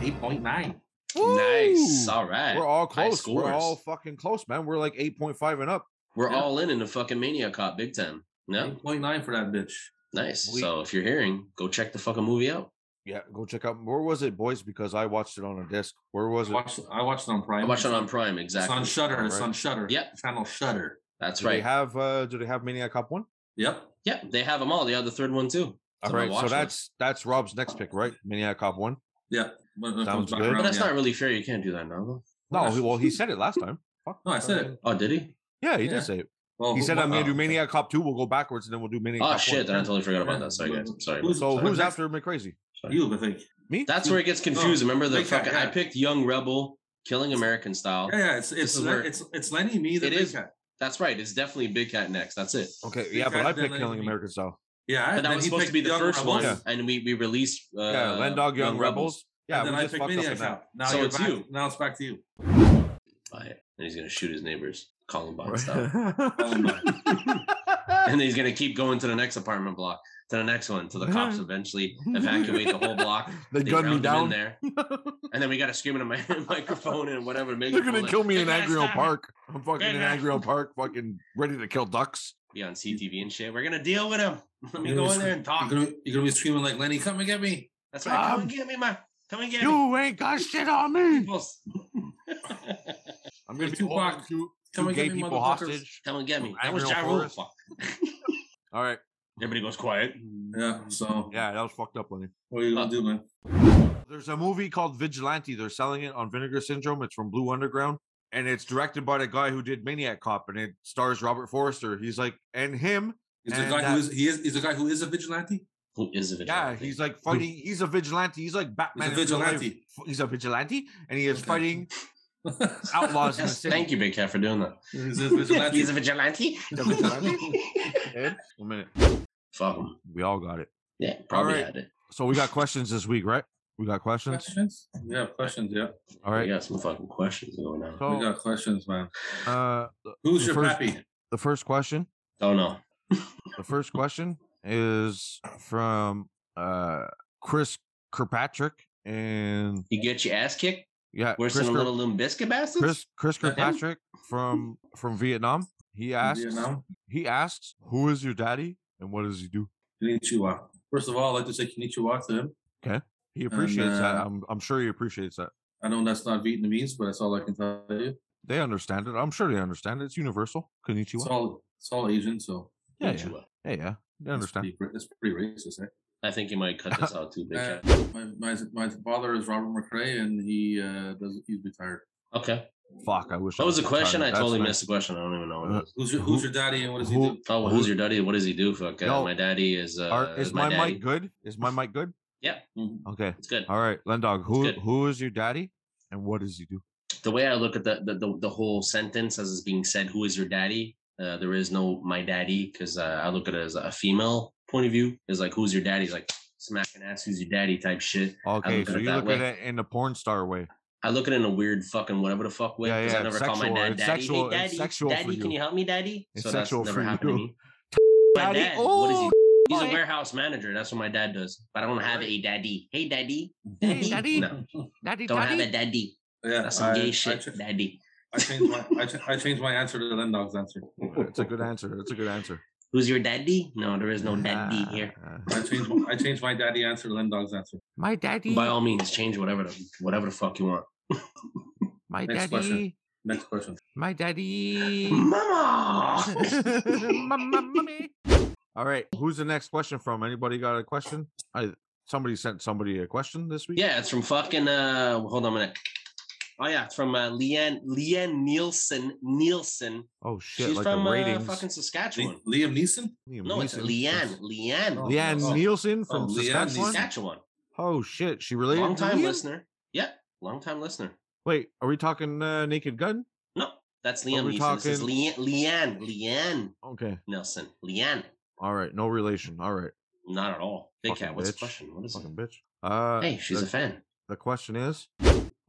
eight point nine. Nice. Woo! All right. We're all High close. We're all scores. fucking close, man. We're like eight point five and up. We're Yeah. all in in the fucking Mania Cop big time. No, Eight point nine for that bitch. nice. We- so if you're hearing, go check the fucking movie out. Yeah, go check out. Where was it, boys? Because I watched it on a disc. Where was I it? watched, I watched it on Prime. I watched it on Prime. Exactly. It's on Shutter. It's Alright. on Shutter. Yep. Channel Shutter. That's do they right. have? uh Do they have Maniac Cop one? Yep. yeah, they have them all. They have the third one too. All It's on my right, watch so list. that's that's Rob's next pick, right? Maniac Cop one. Yeah. When it Sounds comes back good. But around, that's yeah. not really fair. You can't do that now. though. No, he- well, he said it last time. Fuck. No, I said it. Oh, did he? Yeah, he Yeah. did say it. Well, He who- said, "I'm oh, gonna do okay. Maniac Cop two. We'll go backwards, and then we'll do Maniac." uh, Oh Cop shit! Then I 1. totally forgot about that. Sorry guys. I'm sorry. Who's- So Sorry. who's after McCrazy? You, I think. Me? That's where it gets Oh, confused. Remember the Big Cat, fucking? I yeah. picked Young Rebel, Killing American Style. Yeah, yeah. It's it's is where- it's it's Lenny me the It big is- cat. That's right. It's definitely Big Cat next. That's it. Okay, Big yeah, but Cat I didn't picked like Killing me. American Style. Yeah, But that then was he supposed to picked be the Young first Rebels, one, and and we we released uh, yeah, Landog Young, Rebels. Yeah, then we I just picked fucked up in Maniac that. Cop. Now So you're it's back. you. Now it's back to you. by it, and he's gonna shoot his neighbors, Columbine style, Right. and he's gonna keep going to the next apartment block, to the next one, till the cops eventually evacuate the whole block. they Um, They gunned me round him in down. there, and then we gotta scream in a mi- microphone and whatever. Make They're people gonna like, kill me "You in gotta Angriel stop it." Park. I'm fucking Good in night. Angriel Park, fucking ready to kill ducks. Be on CTV and shit. We're gonna deal with him. Let me You're go gonna in be there and scre- talk. Ah, You're gonna, you're gonna be screaming like Lenny, come and get me. That's right. Come Um, and get me, man. Come and get me. You ain't got shit on me. Peoples. I'm gonna be Tupac, holding two, come two and gay get me, people motherfuckers. hostage. Come and get me. That was Angriel Ja Rule. Forest. Fuck. All right. Everybody goes quiet. Yeah. So Yeah, that was fucked up, Lenny. what are you gonna do, man? There's a movie called Vigilante. They're selling it on Vinegar Syndrome. It's from Blue Underground. And it's directed by the guy who did Maniac Cop, and it stars Robert Forrester. He's like, and him, He's And a guy that- who is he is he's a guy who is a vigilante. Who is a yeah, vigilante? he's like fighting. He's a vigilante. He's like Batman. in real life. vigilante. F- He's a vigilante, and he is Okay. fighting outlaws in the Yes, city. thank you, Big Cat, for doing that. He's a vigilante. He's a vigilante. He's a vigilante. Okay, One minute. Fuck him. We all got it. Yeah, probably right. had it. So we got questions this week, right? We got questions. questions? We have questions, yeah. All We right. got some fucking questions going on. We So got questions, man. uh, the- Who's your First- pappy? the first question Don't know. The first question is from uh Chris Kirkpatrick and You get your ass kicked yeah, worse Chris, than a Kir- little limb biscuit bastard. Chris Chris Him? Kirkpatrick from from Vietnam. He asks Vietnam? he asks who is your daddy and what does he do? Konnichiwa. First of all, I'd like to say Konnichiwa to him. He appreciates that. uh, I'm I'm sure he appreciates that. I know that's not Vietnamese, but that's all I can tell you. They understand it. I'm sure they understand it. It's universal. It's Konnichiwa. all it's all Asian, so Yeah, yeah, Konnichiwa. yeah, yeah. They it's understand. pretty, it's pretty racist, eh? I think you might cut this out too, Big Uh, Cat. my, my my father is Robert McRae, and he uh, does he's retired. Okay. Fuck, I wish That was a question. I retarded. That's totally nice. missed the question. I don't even know what Uh, it is. Who's your Who's Who- your daddy, and what does he who- do? Oh, who- who's your daddy? What does he do? Fuck. Uh, Yo. my daddy is. Uh, Are, is my, daddy. mic good? Is my mic good? Mhm. Okay. It's good. All right, Lendog, who good. who is your daddy and what does he do? The way I look at the the, the, the whole sentence as it's being said, "Who is your daddy?" Uh, there is no my daddy because uh, I look at it as a female point of view. Is like, "Who's your daddy?" It's like smacking ass. Who's your daddy? Type shit. Okay, look at so it you that look at way. it in the porn star way. I look at it in a weird fucking whatever the fuck way Yeah, because yeah, I never it's call my dad sexual, it's daddy. sexual, hey, it's daddy, sexual for daddy, can you. you help me, daddy? It's so sexual that's for never happened to you. me. My Daddy, Oh, dad, what is he? He's boy. a warehouse manager. That's what my dad does. But I don't have a daddy. Hey, daddy. Hey, daddy. No, Daddy, don't have a daddy. Yeah, That's some I- gay I shit, cha- daddy. I changed my I, cha- I changed my answer to the Lendog's answer. It's a good answer. That's a good answer. Who's your daddy? No, there is no daddy here. Ah. I changed my, I changed my daddy answer to Lendog's answer. My daddy, By all means, change whatever the whatever the fuck you want. my Next question. Next question. my daddy. Mama. Ma- ma- mommy. All right, who's the next question from? Anybody got a question? I somebody sent somebody a question this week. yeah, it's from fucking. uh Hold on a minute. Oh yeah, it's from uh, Leanne Leanne Nielsen Nielsen. Oh shit! She's like from the uh, ratings. fucking Saskatchewan. Le- Liam Neeson? Liam no, it's Neeson. Leanne Leanne Oh, Leanne Oh. Nielsen from Oh, Leanne Saskatchewan. Neeson. Saskatchewan. Oh shit! She related. Long to time Liam? listener. Yeah, long time listener. Wait, are we talking uh, Naked Gun? No, that's Are Liam we Neeson. This is talking- Leanne Leanne Leanne Okay. Nelson. Leanne. All right. No relation. All right. Not at all. Big Fucking cat. What's bitch. the question? What is it? Fucking bitch. Uh, Hey, she's the, a fan. the question is.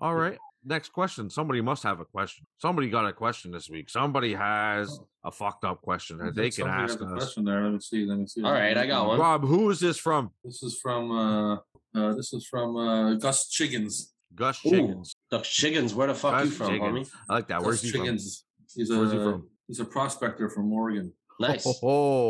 All right. Next question. Somebody must have a question. Somebody got a question this week. Somebody has Oh. a fucked up question that they can Somebody has ask a us. question there. Let me see. Let me see. All right, I got one. Rob, who is this from? This is from uh, uh this is from uh Gus Chiggins. Gus Ooh, Chickens. Duck Chiggins, where the fuck you Gus from, Chiggins. homie? I like that. Where's Gus he from? Chiggins. He's a Where's he from? he's a prospector from Oregon. Nice. Oh, ho,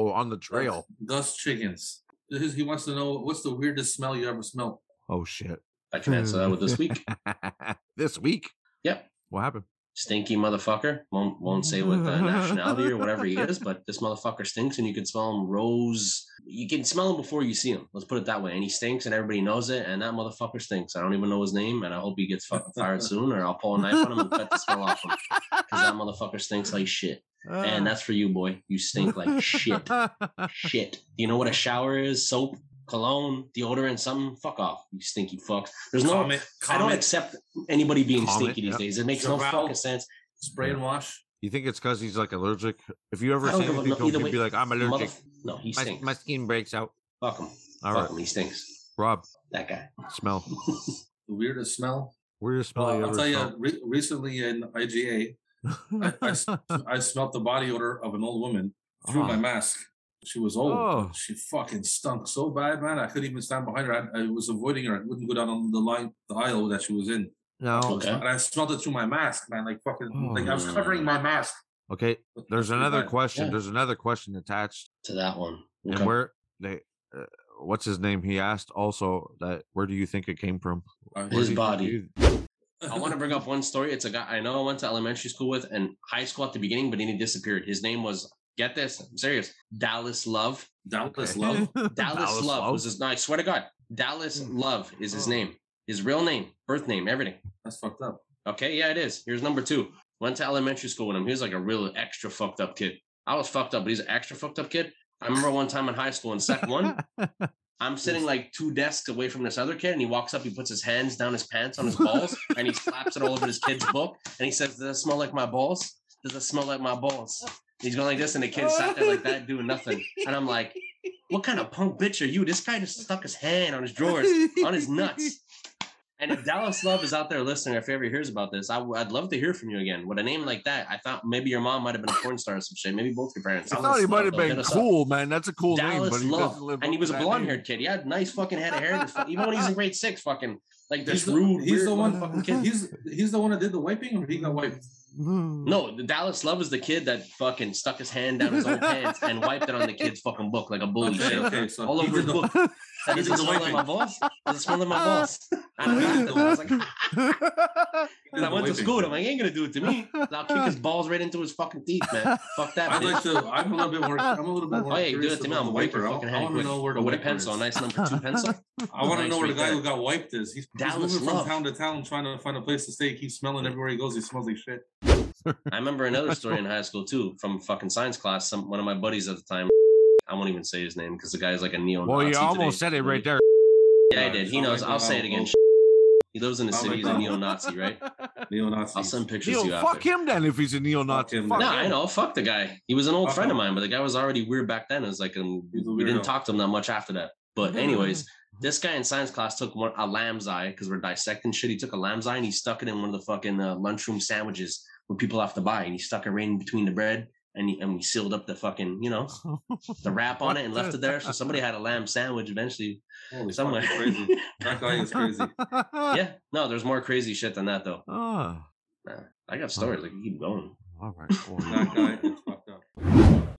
ho, on the trail. Gus Chiggins. His- He wants to know what's the weirdest smell you ever smelled. Oh shit. I can answer that with this week. this week. Yep. What happened? Stinky motherfucker. Won't won't say what uh, nationality or whatever he is, but this motherfucker stinks, and you can smell him rose. You can smell him before you see him. Let's put it that way. And he stinks, and everybody knows it. And that motherfucker stinks. I don't even know his name, and I hope he gets fucking fired soon, or I'll pull a knife on him and cut the smell off him because that motherfucker stinks like shit. Uh. And that's for you, boy. You stink like shit. shit. Do you know what a shower is? Soap, cologne, deodorant, something? Fuck off, you stinky fucks. There's no. Comment, I don't comment, accept anybody being Comment, stinky these yeah. days. It makes no Chevelle. fucking sense. spray and wash. You think it's because he's like allergic? If you ever I don't see give a- anything, no, he'll either be way, like, "I'm Mother- allergic. no, he My, stinks. my skin breaks out." Fuck him. All Fuck right, him. He stinks. Rob, That guy. smell. The weirdest smell. Weirdest smell Uh, you I'll ever tell you, smelled. re- recently in IGA, I- I s- I smelt the body odor of an old woman through my Oh. mask. She was old. Oh. She fucking stunk so bad, man. I couldn't even stand behind her. I, I was avoiding her. I wouldn't go down on the line, the aisle that she was in. No. Okay. And I smelled it through my mask, man. Like fucking, Oh. like I was covering my mask. Okay. There's Pretty another bad. question. Yeah. There's another question attached, To that one. Okay. and where they, uh, what's his name? He asked also that where do you think it came from? I- Where Uh, His do you- body. you- I want to bring up one story. It's a guy I know I went to elementary school with and high school at the beginning, but then he disappeared. His name was, get this, I'm serious, Dallas Love. Doubtless Okay. love. Dallas, Love, was his, no, I swear to God, Dallas Love is his Oh. name, his real name, birth name, everything. That's fucked up. Okay, yeah, it is. Here's number two. Went to elementary school with him. He was like a real extra fucked up kid. I was fucked up, but he's an extra fucked up kid. I remember one time in high school in sec one, I'm sitting like two desks away from this other kid, and he walks up, he puts his hands down his pants on his balls, and he slaps it all over this kid's book, and he says, "Does that smell like my balls? Does that smell like my balls?" And he's going like this, and the kid sat there like that, doing nothing. And I'm like, "What kind of punk bitch are you? This guy just stuck his hand on his drawers, on his nuts." And if Dallas Love is out there listening, if he ever hears about this, I w- I'd love to hear from you again. With a name like that, I thought maybe your mom might have been a porn star or some shit. Maybe both your parents. I thought he Dallas might have Love, though, hit been us up. cool, man. That's a cool name, Dallas but he doesn't Love, live and he up was to a that blonde name. haired kid. He had nice fucking head of hair. This fu- Even when he's in grade six, fucking like this He's the, rude. he's weird the one. motherfucking kid. He's he's the one that did the wiping, or he got wiped. No, the Dallas Love is the kid that fucking stuck his hand down his own pants and wiped it on the kid's fucking book like a bully. Okay, shit. okay. So All he over his did the- book. That he doesn't did the smell like my wiping. balls. Doesn't smell like my balls. And I, laughed at him. I was like, and I went to Wiping. school. and I'm like, he ain't gonna do it to me. And I'll kick his balls right into his fucking teeth, man. Fuck that. I'd bitch. like to. I'm a little bit more. I'm a little bit more. Oh yeah, you do curious that to me. about I'm the gonna wipe your wiper. I- fucking I head want with, to know where the with a wiper pencil, a is. nice number two pencil. I want to Nice know where the right guy there. who got wiped is. He's, he's Dallas moving Love. from town to town, trying to find a place to stay. He keeps smelling everywhere he goes. He smells like shit. I remember another story in high school too from fucking science class. Some one of my buddies at the time, I won't even say his name because the guy's like a neo. Well, you almost said it right there. Yeah, I did. He Sound knows. like I'll a- say it again. He lives in the Oh my city. He's a God. neo-Nazi, right? Neo-Nazi. I'll send pictures Yo, to you fuck after. him then if he's a neo-Nazi. Fuck him. Fuck No, him. I know. Fuck the guy. He was an old Fuck friend of him. mine, but the guy was already weird back then. It was like, um, He's a we didn't weirdo. Mm-hmm, talk to him that much after that. But anyways, this guy in science class took one a lamb's eye because we're dissecting shit. He took a lamb's eye and he stuck it in one of the fucking uh, lunchroom sandwiches where people have to buy, and he stuck it right in between the bread. And, he, and we sealed up the fucking, you know, the wrap on it and left it there. So somebody had a lamb sandwich eventually Holy fuck, somewhere. he's crazy. That guy is crazy. yeah. yeah. No, there's more crazy shit than that though. Oh, Nah, I got stories. Like, keep going. all right. That Well, guy is fucked up.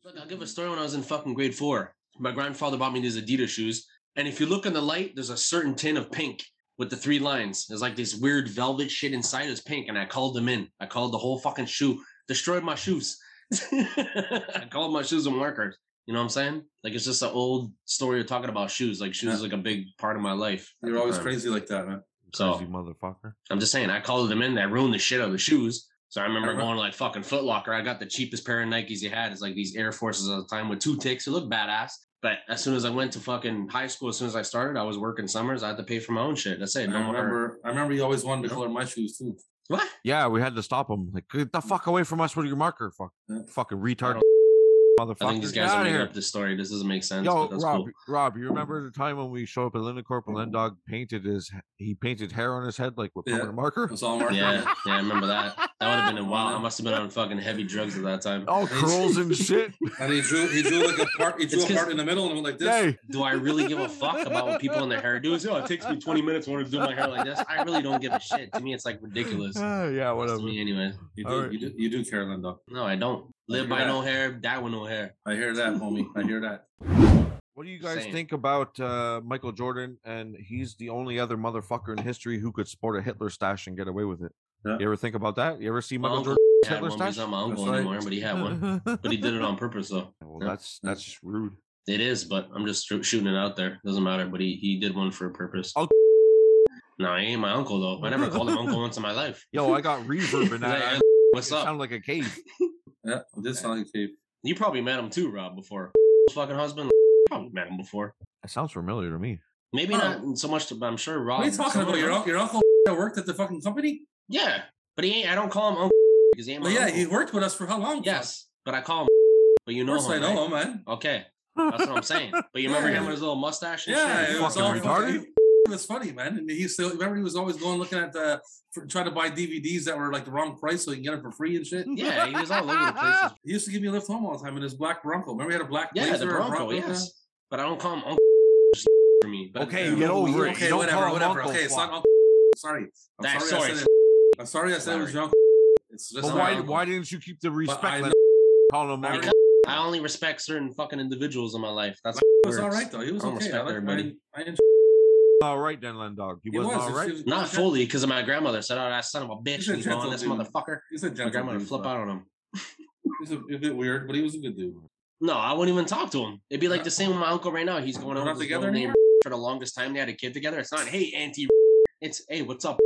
Look, I'll give a story when I was in fucking grade four. My grandfather bought me these Adidas shoes. And if you look in the light, there's a certain tin of pink with the three lines. There's like this weird velvet shit inside is pink. And I called them in. I called the whole fucking shoe, destroyed my shoes. I called my shoes a marker. You know what I'm saying? Like it's just an old story of talking about shoes. Like shoes Yeah. is like a big part of my life. at You're the always time. crazy like that, man. So crazy motherfucker. I'm just saying, I called them in. That ruined the shit out of the shoes. So I remember Uh-huh. going like fucking Foot Locker. I got the cheapest pair of Nikes you had. It's like these Air Forces at the time with two ticks. It looked badass. But as soon as I went to fucking high school, as soon as I started, I was working summers. I had to pay for my own shit. That's it. I No more. remember. I remember you always wanted to color my shoes too. What? Yeah, we had to stop him. Like, get the fuck away from us with your marker, fuck, Yeah. fucking retard, motherfucker. I think these Get guys outta are making here. up this story. This doesn't make sense. Yo, but that's Rob, cool. Mm-hmm. Rob, you remember the time when we showed up at Lindacorp and Lendog painted his he painted hair on his head like with Yeah. permanent marker? It's all marked. Yeah, yeah, I remember that. That would have been a while. I must have been on fucking heavy drugs at that time. All curls and shit. And he drew. He drew like a part. He drew It's a 'cause- part in the middle and went like this. Hey, Do I really give a fuck about what people in their hair do? Yo, it takes me 20 minutes when I do my hair like this. I really don't give a shit. To me, it's like ridiculous. To Ah, yeah, whatever. me, anyway. You All do. right. You do. You do, Carolyn. Though No, I don't. Live hear by that. no hair, die with no hair. I hear that, homie. I hear that. What do you guys Same. think about uh, Michael Jordan? And he's the only other motherfucker in history who could sport a Hitler stash and get away with it. Yeah. You ever think about that? You ever see My Michael uncle Jordan had Hitler one, but he's stash? not my uncle That's right. anymore, but he had one. But he did it on purpose, though. well, Yeah. that's that's rude. It is, but I'm just sh- shooting it out there. Doesn't matter. But he, he did one for a purpose. Oh. No, he ain't my uncle though. I never called him uncle once in my life. Yo, I got reverb in He's like, that. "Hey, I What's up? sound like a cave. Yeah, it did sound like tape. You probably met him too, Rob, before. Fucking husband. Probably met him before. It sounds familiar to me. Maybe Oh. not so much, to, but I'm sure Rob. What are you talking about? Your uncle, your uncle that worked at the fucking company? Yeah, but he ain't. I don't call him uncle. because he ain't my But yeah, uncle. he worked with us for how long? yes, but I call him. But you Of know course him. I right? know him, man. Okay, that's what I'm saying. But you remember Yeah. him with his little mustache? And Yeah, shit? it was fucking all retarded. It was funny, man. And he still remember he was always going looking at the for, trying to buy DVDs that were like the wrong price so he can get them for free and shit. yeah, he was all over the place. He used to give me a lift home all the time in his black Bronco. Remember he had a black Yeah, the Blazer or Bronco, yeah? yes. But I don't call him Uncle for me. But uh, Okay, Yeah, get well, over we- it. Okay, You don't whatever, call him whatever. uncle, okay, it's not fuck. uncle. Sorry, I'm Thanks, sorry. I sorry. said it. I'm sorry. I said it was your uncle. It's just But not why uncle. why didn't you keep the I respect? know- Let call him I uncle. Because I only respect certain fucking individuals in my life. That's It was all right though. He was I don't okay. I respect like, everybody. I, I enjoyed All right then, Lendog. He He wasn't was, all it's right. just- Not fully, because my grandmother said, "Oh, that son of a bitch, He's a he's on gentle this dude. motherfucker." He's a My gentleman. grandmother flip out on him. He's a, a bit weird, but he was a good dude. No, I wouldn't even talk to him. It'd be like the same with my uncle right now. He's going They're over not with his together little name anymore? for the longest time. They had a kid together. It's not, hey, auntie. It's, hey, what's up?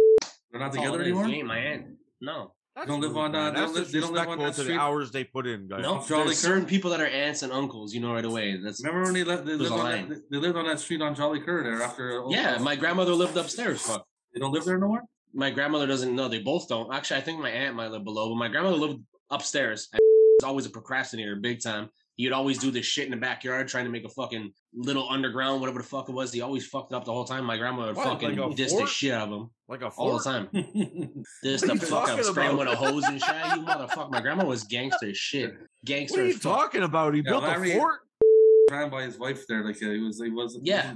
They're not That's all together it is. anymore. You ain't my aunt. No, That's don't live rude, on, uh, man. they don't That's live- they don't live on disrespectful that to the street. hours they put in, guys. no. Jolly There's certain people that are aunts and uncles. You know right away. That's Remember when they lived? They There's lived, a on line. that, they lived on that street on Jolly Cur there after. Old yeah. House. My grandmother lived upstairs. Fuck. they don't live there no more. my grandmother doesn't know. They both don't. Actually, I think my aunt might live below, but my grandmother lived upstairs. And was always a procrastinator, big time. He'd always do this shit in the backyard, trying to make a fucking little underground, whatever the fuck it was. He always fucked up the whole time. My grandmother What, fucking like a dissed the fort? shit out of him Like a all fort? the time. what Dissed What are the you fuck out, talking spraying him with about? a hose and shit. You motherfucker. My grandma was gangster as shit. What Gangster are as you fuck. talking about? He Yeah, built Larry- a fort. Ran by his wife there, like uh, he was. He was. Yeah.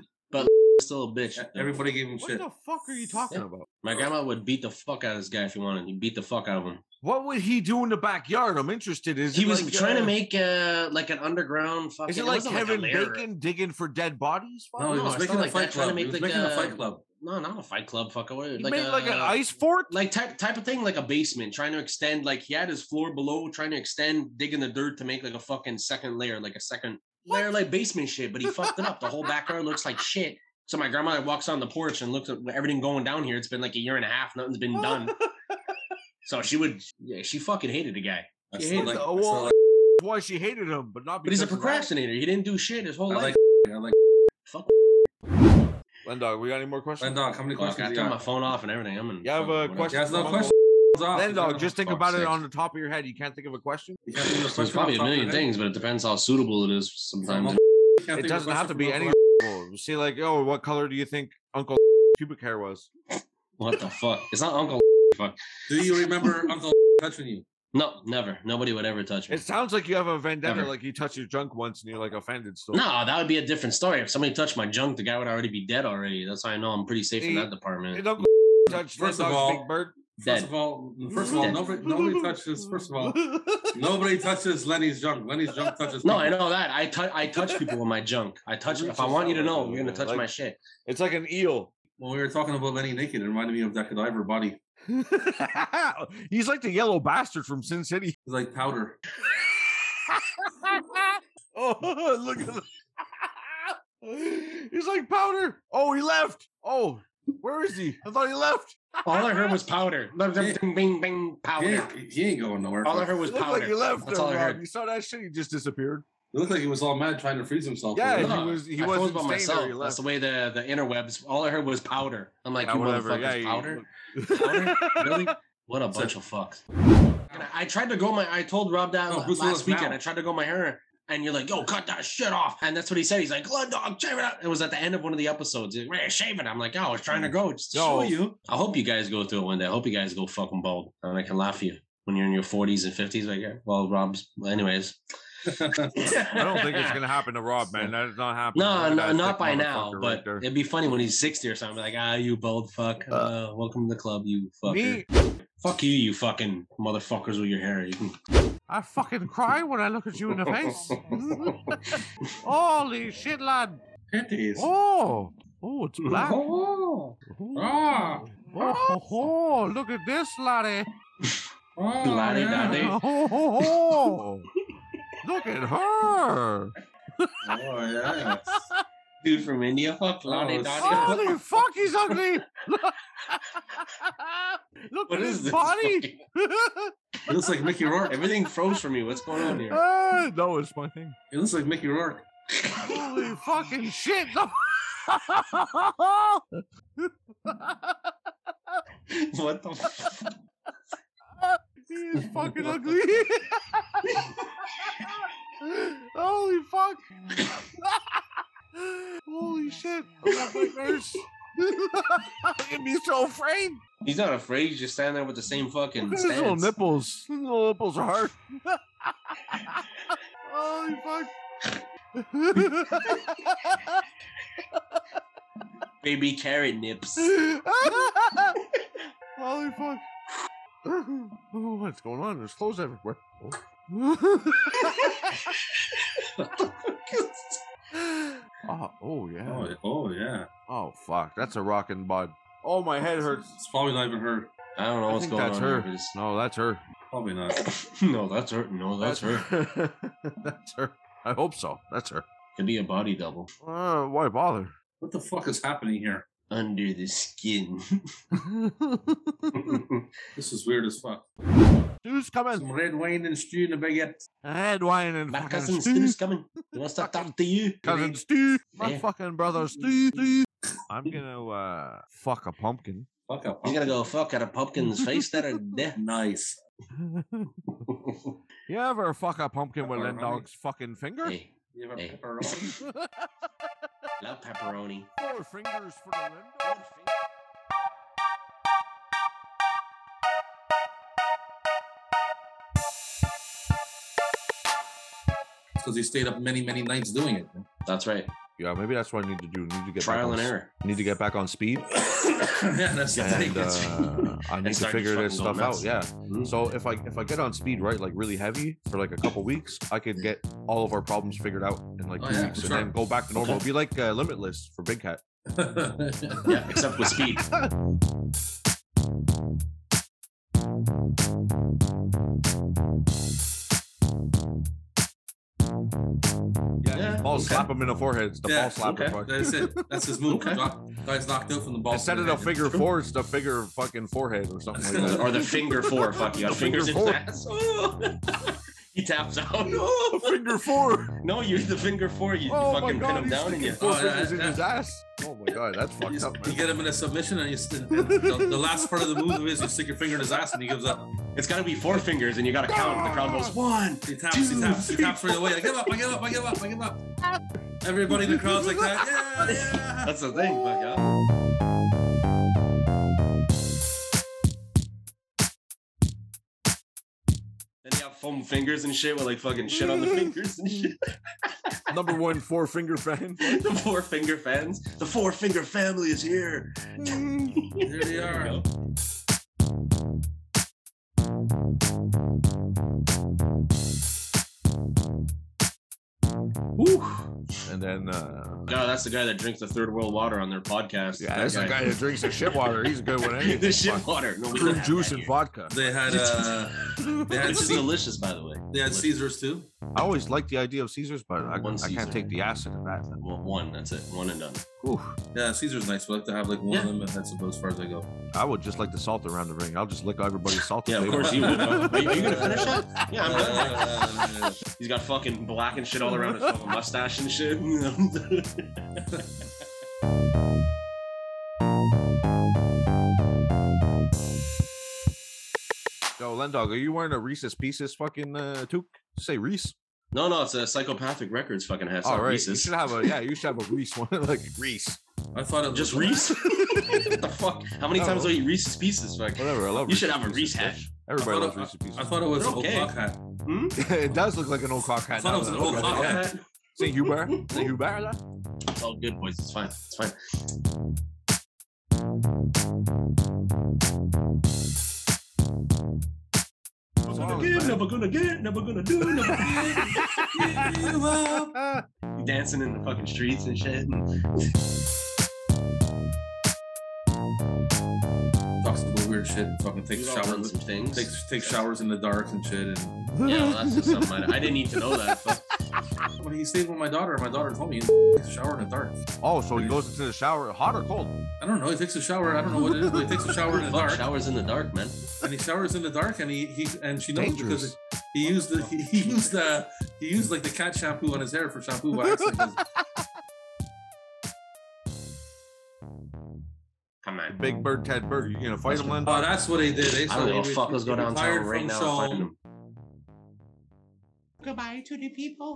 Still a bitch. Everybody gave him What shit. the fuck are you talking Yeah. about? My grandma would beat the fuck out of this guy if he wanted. He beat the fuck out of him. What would he do in the backyard? I'm interested. Is He it was like, trying uh, to make uh like an underground fucking. Is it it like wasn't a Kevin lair. Bacon digging for dead bodies? no, he No, was it's making not a like fight that, trying to club. He make was like uh, making a a- fight club. No, not a fight club, fucker. What- uh, He made like an ice fort. like type type of thing, like a basement, trying to extend. Like he had his floor below, trying to extend, digging the dirt to make like a fucking second layer, like a second layer, like basement shit. But he fucked it up. The whole backyard looks like shit. So my grandma walks on the porch and looks at everything going down here. It's been like a year and a half. Nothing's been done. so she would, yeah, she fucking hated the guy. Yeah, I still he- like- I Oh, still well, like- Why she hated him, but not But he's because a procrastinator. He didn't do shit his whole I life. like. I like. Lendog, we got any more questions? Lendog, how many Fuck, questions I you turned my got? phone off and everything. I'm in. You have a fucking- question? Yeah, it's no Lendog, question. Lendog, just think fuck's about it sake. on the top of your head. You can't think of a question. There's probably a million things, but it depends how suitable it is sometimes. It doesn't have to be any. You See, like, oh, what color do you think Uncle pubic hair was? What the fuck? It's not Uncle. Do you remember Uncle touching you? No, never. Nobody would ever touch me. It sounds like you have a vendetta. Never. Like you touched your junk once and you're like offended. So no, that would be a different story. If somebody touched my junk, the guy would already be dead already. That's how I know I'm pretty safe in See? that department. And Uncle touched First of Lendog's all- big bird. First Dead. of all, first of all, Dead. nobody, nobody touches. First of all, nobody touches Lenny's junk. Lenny's junk touches. No, I people. know that. I tou- I touch people with my junk. I touch. If I reaches want you to out know, like you're gonna that, touch like- my shit. It's like an eel. When we were talking about Lenny naked, it reminded me of that cadaver body. It's He's like the yellow bastard from Sin City. like powder. Oh, look at that. He's like powder. Oh, he left. Oh, where is he? I thought he left. All I heard was powder. Bing, bing, bing, He powder. ain't, he ain't going nowhere. All I heard was It looked like he powder. left. That's there, all I Rob. heard. You saw that shit. He just disappeared. It looked like he was all mad trying to freeze himself. Yeah, No, he was. He I wasn't posed by staying there. myself. He That's left. the way the the interwebs. All I heard was powder. I'm like, Yeah, you whatever. motherfuckers, Yeah, he- powder. Powder? Really? What a bunch of fucks. And I, I tried to grow my. I told Rob that Oh, No, la- Bruce last Willis weekend. now. I tried to grow my hair, and you're like, "Yo, cut that shit off." And that's what he said. He's like, "Lud dog, shave it up." It was at the end of one of the episodes. He's like, "Man, shave it." I'm like, "Yo, I was Mm. trying to grow. Just to show No. you." I hope you guys go through it one day. I hope you guys go fucking bald, and I can laugh at you when you're in your 40s and 50s. Like, yeah, well, Rob's. well, anyways, I don't think it's gonna happen to Rob, man. That is not happening. No, Look at no, that not thick by now. motherfucker right But there. it'd be funny when he's 60 or something. Like, ah, you bald fuck. Uh, welcome to the club, you fucker. me, Fuck you, you fucking motherfuckers with your hair. You can I fucking cry when I look at you in the face. Holy shit, lad! Panties. Oh, oh, it's black. Oh, Oh, oh, Ah. ho, ho, oh, look at this, laddie. oh, Bloody yeah. daddy. Oh, ho, ho. look at her. Oh, yeah. dude from India. Fuck Lottie Lottie Dottie. Holy fuck, he's ugly. look What at is his this? body. It looks like Mickey Rourke. Everything froze for me. What's going on here? Ah, no, it's my thing. It looks like Mickey Rourke. Holy fucking shit! What the? F- he is fucking ugly. Holy fuck. Holy shit. I'm not Black Nurse. Look at me so afraid. He's not afraid. He's just standing there with the same fucking Look at his little stance. nipples. His little nipples are hard. Holy fuck. Baby carrot nips. Holy fuck. What's going on? There's clothes everywhere. Oh. oh, oh, yeah. Oh, oh yeah. Oh fuck, that's a rockin' bud. Oh my head hurts. It's probably not even her. I don't know I what's think going that's on. her. here. It's- No, that's her. Probably not. No, that's her. No, Oh, that's her. her. that's her. I hope so. That's her. Could be a body double. Uh, why bother? What the fuck is happening here? Under the skin. This is weird as fuck. Who's coming? Some red wine and stew and a baguette. I had wine and My fucking cousin Stu. Stu's coming. He wants to talk to you. Cousin Stu. My Yeah. fucking brother Stu. Stu. I'm gonna uh fuck a pumpkin. Fuck up. He's gonna go fuck at a pumpkin's face that are dead. Nice. You ever fuck a pumpkin with Pepperoni. Lindog's fucking finger? Hey, You have a Hey. pepperoni? love pepperoni. Four fingers for the Lindog. because he stayed up many, many nights doing it. That's right. Yeah, maybe that's what I need to do. Need to get Trial back and on, s- error. Need to get back on speed. yeah, that's the thing. and uh, I need to start figure this just fucking stuff going out. Yeah. Mhm. So if I if I get on speed right, like really heavy for like a couple weeks, I Mm. could get all of our problems figured out in like Oh, two yeah, weeks, for and sure. then go back to normal. It'd be like uh, Limitless for Big Cat. Yeah, except with speed. Yeah. Yeah, Balls okay. slap him in the forehead. It's the Yeah, ball slapper. okay. fuck. That's it. That's his move. Okay. Knock- Guy's knocked out from the ball. Instead of the figure four, it's the figure fucking forehead or something like that. or the finger four. Fuck you. The got fingers in finger his ass. he taps out. The Finger four. No, you're the finger four. You, you Oh my fucking god, pin him he's down and sticking you. four Oh, yeah, fingers in yeah. his ass. Oh my god, that's You, fucked up, you man. get him in a submission, and you, st- the, the last part of the move is you stick your finger in his ass, and he gives up. It's got to be four fingers and you got to count. The crowd Ah! goes, one. He taps, he taps, he taps right away. I give up, I give up, I give up, I give up. Everybody in the crowd's like that. Yeah, yeah. That's the thing. Fuck yeah. Then you have foam fingers and shit with like fucking shit on the fingers and shit. Number one four finger fan. the four finger fans. The four finger family is here. There they There are. you go. And then uh No, that's the guy that drinks the third world water on their podcast. Yeah, that's the guy that drinks the shit water. He's good with anything. the shit Fuck. water. No, we don't Fruit have juice that and here. vodka. They had uh, they had Which is Caesar, delicious, by the way. they had Caesars too. I always liked the idea of Caesars, but I, One I Caesar. can't take the acid in that. Well, one. That's it. One and done. Whew. Yeah, Caesar's nice. We like to have like one of them, and that's about as far as I go. I would just like the salt around the ring. I'll just lick everybody's salt. Yeah, of flavor. course you would. Are you, are you gonna finish it? Yeah, I'm done. Uh, He's got fucking black and shit all around his fucking mustache and shit. Yo, Lendog, are you wearing a Reese's Pieces fucking uh, toque? Say Reese. no, no, it's a psychopathic records fucking has. uh, All All right, right, you should have a yeah. You should have a Reese one like Reese. I thought it Just was- Reese. what the fuck? How many No. times do I eat Reese's Pieces? Fuck. Whatever. I love. You should Reese's have a Pieces, Reese hat. bitch. Everybody I loves thought it- Reese's Pieces. I thought it was They're an okay. old clock hat. it does look like an old cock hat. thought it now was that an I old look cock at it. hat. Say Hubert. Say Hubert. It's all good, boys. It's fine. It's fine. What's wrong with that? gonna get, never gonna do, never gonna give you up. Dancing in the fucking streets and shit. Talks about weird shit. and Fucking Take takes some showers. things. Takes takes showers in the dark and shit. And yeah, well, that's just something I, I didn't need to know that. But when he stayed with my daughter, my daughter told me he takes a shower in the dark. Oh, so he goes into the shower, hot or cold? I don't know. He takes a shower. I don't know what it is, but he takes a shower in the fuck, dark. showers in the dark, man. and he showers in the dark and he, he and she knows Dangerous. because he used the he, he used the he used like the cat shampoo on his hair for shampoo wax. Like, his- Come on. Big Bird, Ted Bird. You gonna fight him, Linda? Oh, that's what they did. They I said don't give they a fuck. Let's go retired downtown from right now and Seoul. find him. Goodbye to the people.